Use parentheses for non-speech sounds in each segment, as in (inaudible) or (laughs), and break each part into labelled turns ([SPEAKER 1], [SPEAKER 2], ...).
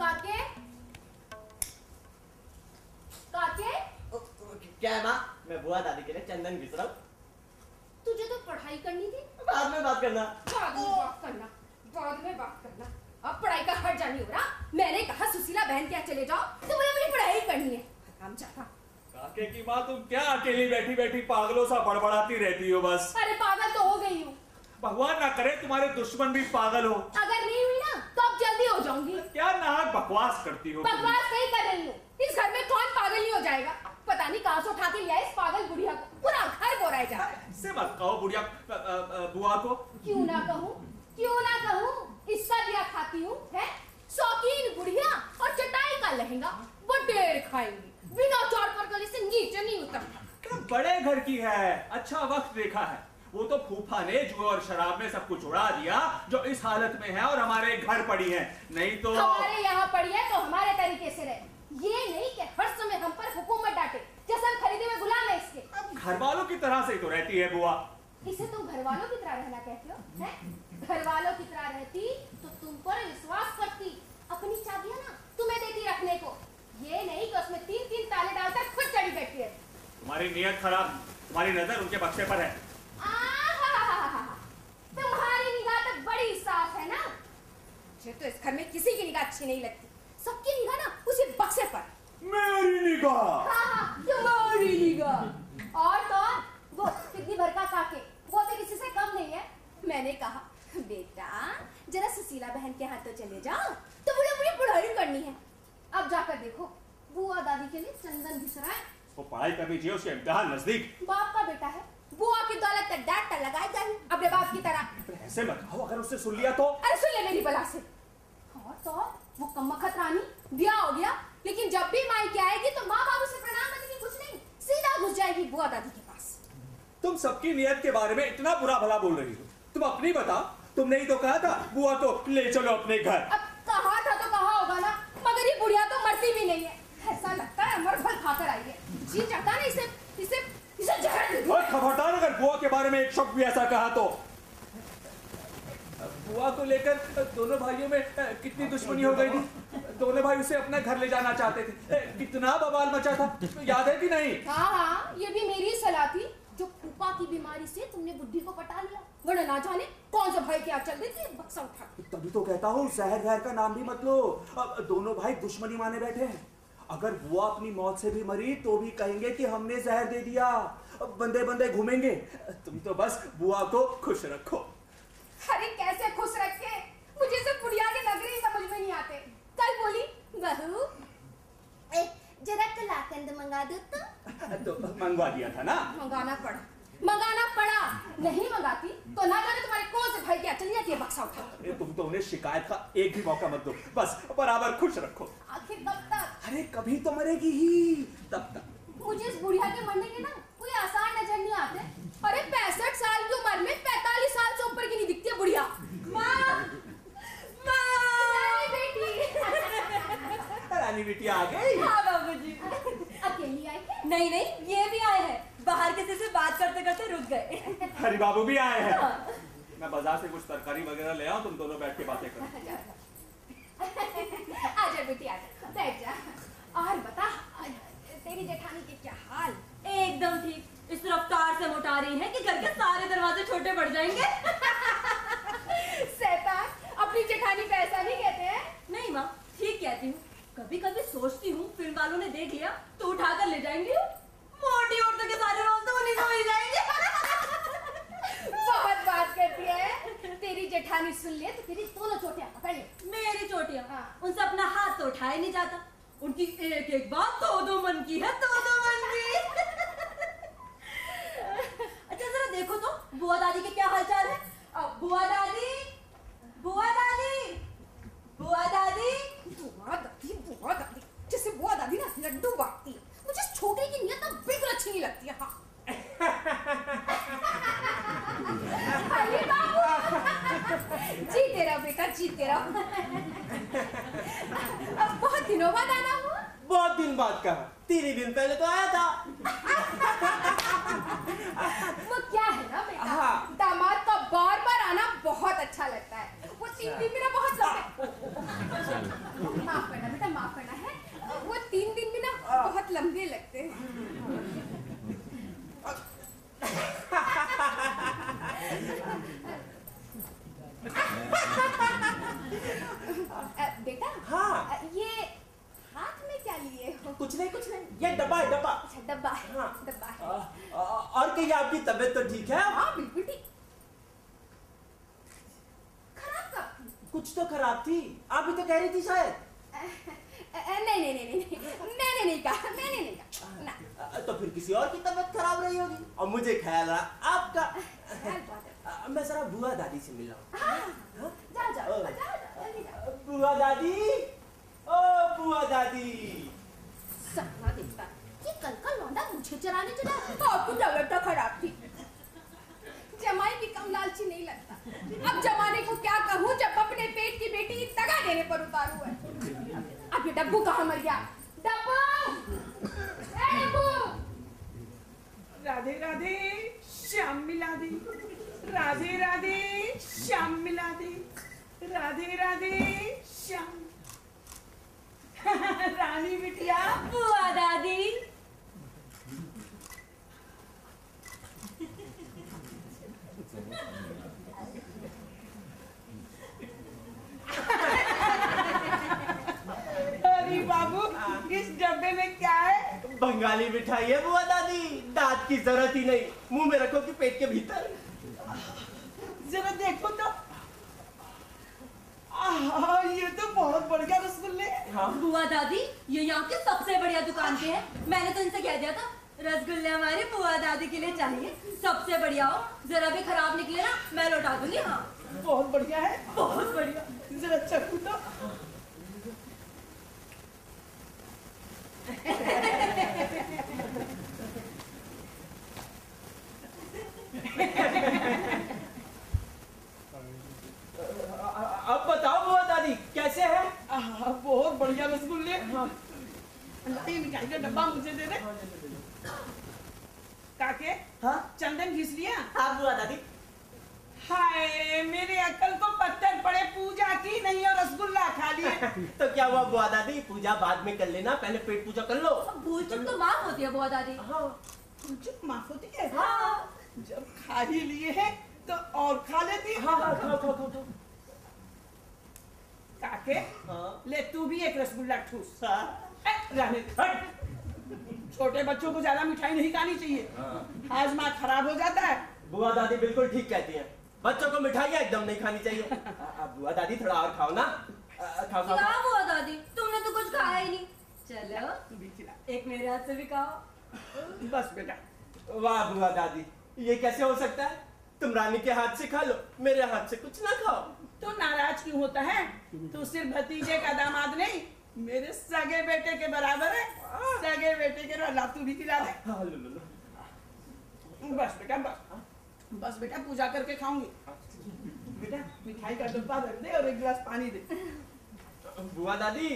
[SPEAKER 1] काके काके
[SPEAKER 2] ओ, ओ, क्या है माँ मैं बुआ दादी के लिए चंदन घिस रहा हूँ
[SPEAKER 1] तुझे तो पढ़ाई करनी थी
[SPEAKER 2] बाद में बात करना
[SPEAKER 1] बाद में बात करना बाद में बात करना अब पढ़ाई का हट जानी हो रहा मैंने कहा सुशीला बहन के यहाँ चले जाओ तो बोले मुझे पढ़ाई करनी है हम जाता
[SPEAKER 3] काके की माँ तुम क्या अकेली बैठी बैठी पागलों सा बड़बड़ाती रहती हो बस
[SPEAKER 1] अरे पागल तो हो गई हूँ
[SPEAKER 3] भगवान ना करे तुम्हारे दुश्मन भी पागल हो
[SPEAKER 1] अगर नहीं हुई ना तो अब जल्दी हो जाऊंगी
[SPEAKER 3] क्या नाहक बकवास करती हो तुम।
[SPEAKER 1] बकवास नहीं कर रही हूँ इस घर में कौन पागल नहीं हो जाएगा पता नहीं कहाँ से उठा के लिया इस पागल बुढ़िया को पूरा घर बोराया जा रहा है
[SPEAKER 3] ऐसे मत कहो बुढ़िया अ, अ, अ, बुआ को
[SPEAKER 1] क्यों ना कहूँ क्यों ना कहूँ इसका दिया खाती हूँ है शौकीन बुढ़िया और चटाई का लहंगा वो ढेर खाएंगी बिना चौड़ पर गली से नीचे नहीं उतरना
[SPEAKER 3] तुम बड़े घर की है अच्छा वक्त देखा है वो तो फूफा ने जुए और शराब में सब कुछ उड़ा दिया जो इस हालत में है और हमारे घर पड़ी है नहीं तो
[SPEAKER 1] हमारे यहाँ पड़ी है तो हमारे तरीके से रहे ये नहीं कि हर समय हम पर हुकूमत डांटे जैसे हम खरीदे में गुलाम है इसके
[SPEAKER 3] अब घर वालों की तरह से ही तो रहती है बुआ
[SPEAKER 1] इसे तुम घर वालों की तरह रहना कहते हो हैं घर वालों की तरह रहती तो तुम पर विश्वास करती अपनी चाबियां ना तुम्हें देती रखने को ये नहीं कि उसमें तीन तीन ताले डालकर खुद चढ़ी बैठी है
[SPEAKER 3] तुम्हारी नीयत खराब तुम्हारी नजर उनके बक्से पर है
[SPEAKER 1] आहाहाहा। तुम्हारी निगाह तो बड़ी साफ है ना मुझे तो इस घर में किसी की निगाह अच्छी नहीं लगती सबकी निगाह ना उसी बक्से पर
[SPEAKER 3] मेरी निगाह
[SPEAKER 1] हाँ, हाँ, तुम्हारी निगाह और तो और, वो कितनी भर का काके वो तो किसी से कम नहीं है मैंने कहा बेटा जरा सुशीला बहन के हाथ तो चले जाओ तो मुझे मुझे पढ़ाई करनी है अब जाकर देखो बुआ दादी के लिए चंदन घिसरा है
[SPEAKER 3] वो पढ़ाई कर लीजिए उसके इम्तिहान नजदीक
[SPEAKER 1] बाप का बेटा है बुआ की तो दौलत का डाटा लगाए जाए अपने बाप की तरह
[SPEAKER 3] ऐसे मत कहो अगर उससे सुन लिया तो
[SPEAKER 1] अरे सुन ले मेरी बला से और तो और, वो कमखत रानी ब्याह हो गया लेकिन जब भी माई के आएगी तो माँ बाबू से प्रणाम करेगी कुछ नहीं सीधा घुस जाएगी बुआ दादी के पास
[SPEAKER 3] तुम सबकी नियत के बारे में इतना बुरा भला बोल रही हो तुम अपनी बताओ तुमने ही तो कहा था बुआ तो ले चलो अपने घर
[SPEAKER 1] अब कहा था तो कहा होगा ना मगर ये बुढ़िया तो मरती भी नहीं है ऐसा लगता है अमर फल खाकर आई है जी चाहता ना इसे इसे इसे जहर दे दूं।
[SPEAKER 3] और खबरदार अगर बुआ के बारे में एक शब्द भी ऐसा कहा तो बुआ को लेकर दोनों भाइयों में अ, कितनी दुश्मनी हो गई थी दोनों भाई उसे अपना घर ले जाना चाहते थे अ, कितना बवाल मचा था याद है कि नहीं
[SPEAKER 1] हाँ हाँ ये भी मेरी सलाह थी जो फूफा की बीमारी से तुमने बुद्धि को पटा लिया वरना ना जाने कौन सा भाई क्या चल रही थी बक्सा उठा के।
[SPEAKER 4] तभी तो कहता हूँ जहर जहर का नाम भी मत लो अब दोनों भाई दुश्मनी माने बैठे हैं अगर बुआ अपनी मौत से भी मरी तो भी कहेंगे कि हमने जहर दे दिया अब बंदे बंदे घूमेंगे
[SPEAKER 3] तुम तो बस बुआ को खुश रखो
[SPEAKER 1] अरे कैसे खुश रखे मुझे सब बुढ़िया के नगरी समझ में नहीं आते कल बोली बहू ए, जरा कलाकंद मंगा दो तो
[SPEAKER 3] तो मंगवा दिया था ना
[SPEAKER 1] मंगाना पड़ा मंगाना पड़ा नहीं मंगाती तो ना जाने तुम्हारे कौन से भाई क्या चली जाती है बक्सा उठा के।
[SPEAKER 3] ये तुम तो उन्हें शिकायत का एक भी मौका मत दो बस बराबर खुश रखो
[SPEAKER 1] आखिर कब तक
[SPEAKER 4] अरे कभी तो मरेगी ही
[SPEAKER 3] तब तक
[SPEAKER 1] मुझे इस बुढ़िया के मरने के ना कोई आसार नजर नहीं आते अरे पैंसठ साल की उम्र में पैतालीस साल से ऊपर की नहीं दिखती है बुढ़िया माँ माँ बेटी
[SPEAKER 3] रानी बिटिया आ गई
[SPEAKER 5] हाँ बाबूजी
[SPEAKER 1] अकेली आई है
[SPEAKER 5] नहीं नहीं ये भी आए हैं बाहर किसी से बात करते करते रुक गए
[SPEAKER 3] हरी बाबू भी आए हैं मैं बाजार से कुछ तरकारी वगैरह ले आऊं तुम दोनों बैठ के बातें
[SPEAKER 1] (laughs)
[SPEAKER 3] करो
[SPEAKER 1] आजा बेटी आजा बैठ जा और बता तेरी जेठानी के क्या हाल
[SPEAKER 5] एकदम ठीक इस रफ्तार से मोटा रही है कि घर के सारे दरवाजे छोटे पड़ जाएंगे
[SPEAKER 1] सैतान अपनी जेठानी को ऐसा नहीं कहते हैं
[SPEAKER 5] नहीं माँ ठीक कहती हूँ कभी कभी सोचती हूँ फिल्म वालों ने देख लिया तो उठा कर ले जाएंगे मोटी औरतों के सारे रोज उन्हीं को मिल जाएंगे (laughs)
[SPEAKER 1] बहुत बात करती है तेरी जेठानी सुन ले तो तेरी दोनों चोटियां पकड़ ले
[SPEAKER 5] मेरी चोटियां
[SPEAKER 1] हाँ।
[SPEAKER 5] उनसे अपना हाथ तो उठाया नहीं जाता उनकी एक एक बात तो दो मन की है तो दो मन की अच्छा जरा देखो तो बुआ दादी के क्या हालचाल है अब बुआ दादी बुआ दादी बुआ दादी
[SPEAKER 1] बुआ दादी बुआ दादी जैसे बुआ दादी ना लड्डू बांटती है मुझे इस छोटे की नियत ना बिल्कुल अच्छी नहीं लगती है हाँ अरे बाबू जी तेरा बेटा जी तेरा अब बहुत दिनों बाद आना हुआ
[SPEAKER 2] बहुत दिन बाद कहा तीन दिन पहले तो आया था
[SPEAKER 1] वो क्या है ना बेटा
[SPEAKER 2] हाँ।
[SPEAKER 1] दामाद का बार बार आना बहुत अच्छा लगता है वो टीवी में ना बहुत लगता है माफ करना
[SPEAKER 4] हाँ।
[SPEAKER 1] अ, बेटा
[SPEAKER 4] हाँ।
[SPEAKER 1] अ, ये हाथ में क्या लिए हो
[SPEAKER 4] कुछ नहीं कुछ नहीं ये डब्बा है डब्बा
[SPEAKER 1] अच्छा डब्बा है
[SPEAKER 4] हाँ।
[SPEAKER 1] डब्बा
[SPEAKER 4] आ,
[SPEAKER 1] है
[SPEAKER 4] आ, और कहिए आपकी तबीयत तो ठीक है
[SPEAKER 1] हाँ बिल्कुल ठीक खराब कब थी?
[SPEAKER 4] कुछ तो खराब थी आप ही तो कह रही थी शायद
[SPEAKER 1] अ, अ, नहीं नहीं नहीं नहीं नहीं मैंने नहीं कहा मैंने नहीं कहा ना
[SPEAKER 4] आ, तो फिर किसी और की तबीयत खराब रही होगी और मुझे ख्याल रहा आपका
[SPEAKER 1] ख्याल बहुत है।
[SPEAKER 4] आ, मैं जरा बुआ दादी से मिल रहा हूँ
[SPEAKER 1] हाँ, जाओ जाओ
[SPEAKER 4] ओ।
[SPEAKER 1] जाओ जाओ जल्दी जाओ
[SPEAKER 4] बुआ दादी ओ बुआ दादी
[SPEAKER 1] सपना देखता कि कल का लौंडा मुझे चराने चला आपको तबीयत तो खराब थी जमाई भी कम लालची नहीं लगता अब जमाने को क्या कहूँ जब अपने पेट की बेटी की तगा देने पर उतारू है अब ये डब्बू कहाँ मर गया डब्बू ए डब्बू
[SPEAKER 6] राधे राधे श्याम मिला दे राधे राधे श्याम मिला दे राधे राधे श्याम (laughs) रानी बिटिया
[SPEAKER 5] बुआ दादी
[SPEAKER 6] अरे बाबू इस डब्बे में क्या है
[SPEAKER 2] बंगाली मिठाई है बुआ दादी दांत की जरूरत ही नहीं मुंह में रखो कि पेट के भीतर
[SPEAKER 6] जरा देखो तो आहा, ये तो बहुत बढ़िया रसगुल्ले
[SPEAKER 5] बुआ दादी ये यहाँ के सबसे बढ़िया दुकान के हैं मैंने तो इनसे कह दिया था रसगुल्ले हमारे बुआ दादी के लिए चाहिए सबसे बढ़िया हो जरा भी खराब निकले ना मैं लौटा दूंगी हाँ
[SPEAKER 6] बहुत बढ़िया है बहुत बढ़िया जरा चखो तो
[SPEAKER 2] अब बताओ बुआ दादी कैसे है
[SPEAKER 6] आहा, बहुत बढ़िया रसगुल्ले ये मिठाई का डब्बा मुझे हाँ। दे दे काके
[SPEAKER 2] हाँ
[SPEAKER 6] चंदन घिस लिया
[SPEAKER 2] हाँ बुआ दादी
[SPEAKER 6] हाय मेरे अकल को पत्थर पड़े पूजा की नहीं और रसगुल्ला खा लिए
[SPEAKER 2] तो क्या हुआ बुआ दादी पूजा बाद में कर लेना पहले पेट पूजा कर लो
[SPEAKER 5] अब भूल चुप तो माफ होती है बुआ दादी
[SPEAKER 2] हाँ
[SPEAKER 6] चुप माफ होती है
[SPEAKER 5] हाँ
[SPEAKER 6] जब खा ही लिए हैं तो और खा लेती
[SPEAKER 2] हाँ हाँ खाओ खाओ खाओ खाओ।
[SPEAKER 6] काके
[SPEAKER 2] हाँ
[SPEAKER 6] ले तू भी एक रसगुल्ला ठूस
[SPEAKER 2] हाँ।
[SPEAKER 6] ए, रहने दे। हट छोटे बच्चों को ज्यादा मिठाई नहीं खानी चाहिए
[SPEAKER 3] हाँ।
[SPEAKER 6] हाजमा खराब हो जाता है
[SPEAKER 2] बुआ दादी बिल्कुल ठीक कहती हैं बच्चों को मिठाइयाँ एकदम नहीं खानी चाहिए अ, अ, बुआ दादी थोड़ा और खाओ ना अ, अ, खाओ खाओ
[SPEAKER 5] क्या बुआ दादी हाँ, तुमने तो कुछ खाया ही नहीं चलो
[SPEAKER 6] तू भी खिला
[SPEAKER 5] एक मेरे हाथ से भी खाओ
[SPEAKER 6] बस बेटा
[SPEAKER 2] खाओ। वाह बुआ दादी ये कैसे हो सकता है तुम रानी के हाथ से खा लो मेरे हाथ से कुछ ना खाओ
[SPEAKER 6] तू नाराज क्यों होता है तू सिर्फ भतीजे का दामाद नहीं मेरे सगे बेटे के बराबर है सगे बेटे के रला तू भी खिला दे
[SPEAKER 2] हाँ लो लो लो
[SPEAKER 6] बस बेटा बस बस बेटा पूजा करके खाऊंगी बेटा मिठाई का डब्बा रख दे और एक गिलास पानी दे
[SPEAKER 2] बुआ दादी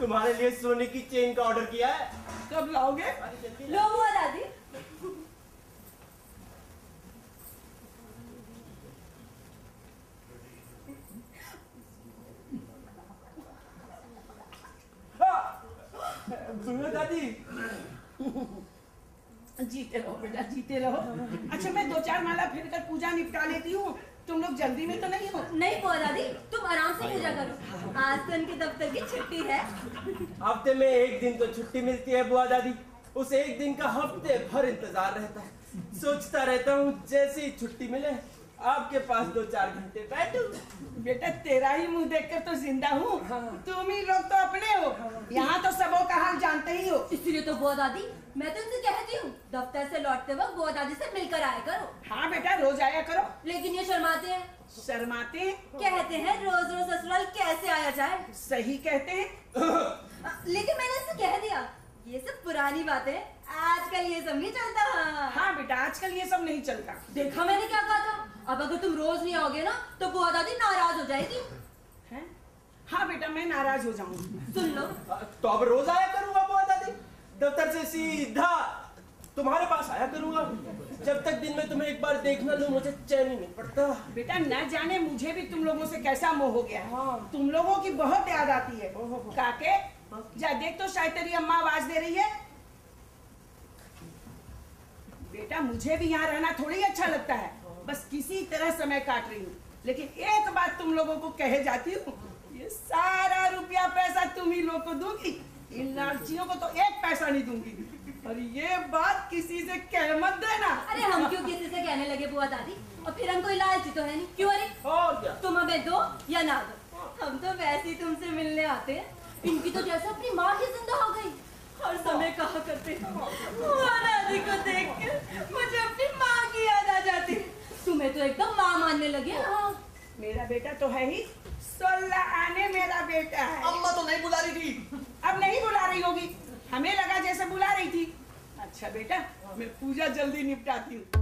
[SPEAKER 2] तुम्हारे लिए सोने की चेन का ऑर्डर किया है
[SPEAKER 6] कब लाओगे
[SPEAKER 2] अरे जल्दी
[SPEAKER 5] लो बुआ दादी
[SPEAKER 6] हाँ।
[SPEAKER 2] बुआ दादी
[SPEAKER 6] जीते रहो बेटा जीते रहो अच्छा मैं दो चार माला फिर कर पूजा निपटा लेती हूँ तुम लोग जल्दी में तो नहीं हो
[SPEAKER 5] नहीं बुआ दादी तुम आराम से पूजा करो आज तो इनके दफ्तर की छुट्टी है
[SPEAKER 2] हफ्ते में एक दिन तो छुट्टी मिलती है बुआ दादी उस एक दिन का हफ्ते भर इंतजार रहता है सोचता रहता हूँ जैसे ही छुट्टी मिले आपके पास दो चार घंटे बैठू
[SPEAKER 6] बेटा तेरा ही मुंह देखकर तो जिंदा हूँ
[SPEAKER 2] हाँ।
[SPEAKER 6] तुम ही लोग तो अपने हो यहाँ तो सबों का हाल जानते ही हो
[SPEAKER 5] इसलिए तो बुआ दादी मैं तो इनसे कहती हूँ दफ्तर से लौटते वक्त बुआ दादी से मिलकर आया करो
[SPEAKER 6] हाँ बेटा रोज आया करो
[SPEAKER 5] लेकिन ये शर्माते हैं
[SPEAKER 6] शर्माते
[SPEAKER 5] कहते हैं रोज रोज ससुराल कैसे आया जाए
[SPEAKER 6] सही कहते हैं
[SPEAKER 5] अ, लेकिन मैंने इससे कह दिया ये सब पुरानी बातें हैं। आजकल ये सब नहीं चलता हाँ।
[SPEAKER 6] हाँ बेटा आजकल ये सब नहीं चलता
[SPEAKER 5] देखा मैंने क्या कहा था अब अगर तुम रोज नहीं आओगे ना तो बुआ दादी नाराज हो जाएगी
[SPEAKER 6] हैं? हाँ बेटा मैं नाराज हो जाऊंगी
[SPEAKER 5] सुन लो
[SPEAKER 2] तो अब रोज आया करूंगा बुआ दादी दफ्तर से सीधा तुम्हारे पास आया करूंगा जब तक दिन में तुम्हें एक बार देखना लूं मुझे चैन ही नहीं पड़ता
[SPEAKER 6] बेटा न जाने मुझे भी तुम लोगों से कैसा मोह हो गया है
[SPEAKER 5] हाँ।
[SPEAKER 6] तुम लोगों की बहुत याद आती है काके जा देख तो शायद तेरी अम्मा आवाज दे रही है बेटा मुझे भी यहाँ रहना थोड़ी अच्छा लगता है
[SPEAKER 5] हाँ।
[SPEAKER 6] बस किसी तरह समय काट रही हूँ लेकिन एक बात तुम लोगों को कहे जाती हूँ ये सारा रुपया पैसा तुम ही लोग को दूंगी इन लालचियों को तो एक पैसा नहीं दूंगी और ये बात किसी से कह मत देना
[SPEAKER 5] अरे हम क्यों किसी से कहने लगे बुआ दादी और फिर हम कोई लालची तो है नहीं क्यों अरे
[SPEAKER 2] और क्या
[SPEAKER 5] तुम हमें दो या ना दो हम तो वैसे ही तुमसे मिलने आते हैं इनकी तो जैसे अपनी माँ ही जिंदा हो गई हर समय कहा करते बुआ दादी को देख के मुझे अपनी माँ की याद आ जाती तुम्हें तो एकदम माँ मानने लगे हाँ
[SPEAKER 6] मेरा बेटा तो है ही सोलह आने मेरा बेटा है
[SPEAKER 7] अम्मा तो नहीं बुला रही थी
[SPEAKER 6] अब नहीं बुला रही होगी हमें लगा जैसे बुला रही थी अच्छा बेटा मैं पूजा जल्दी निपटाती हूँ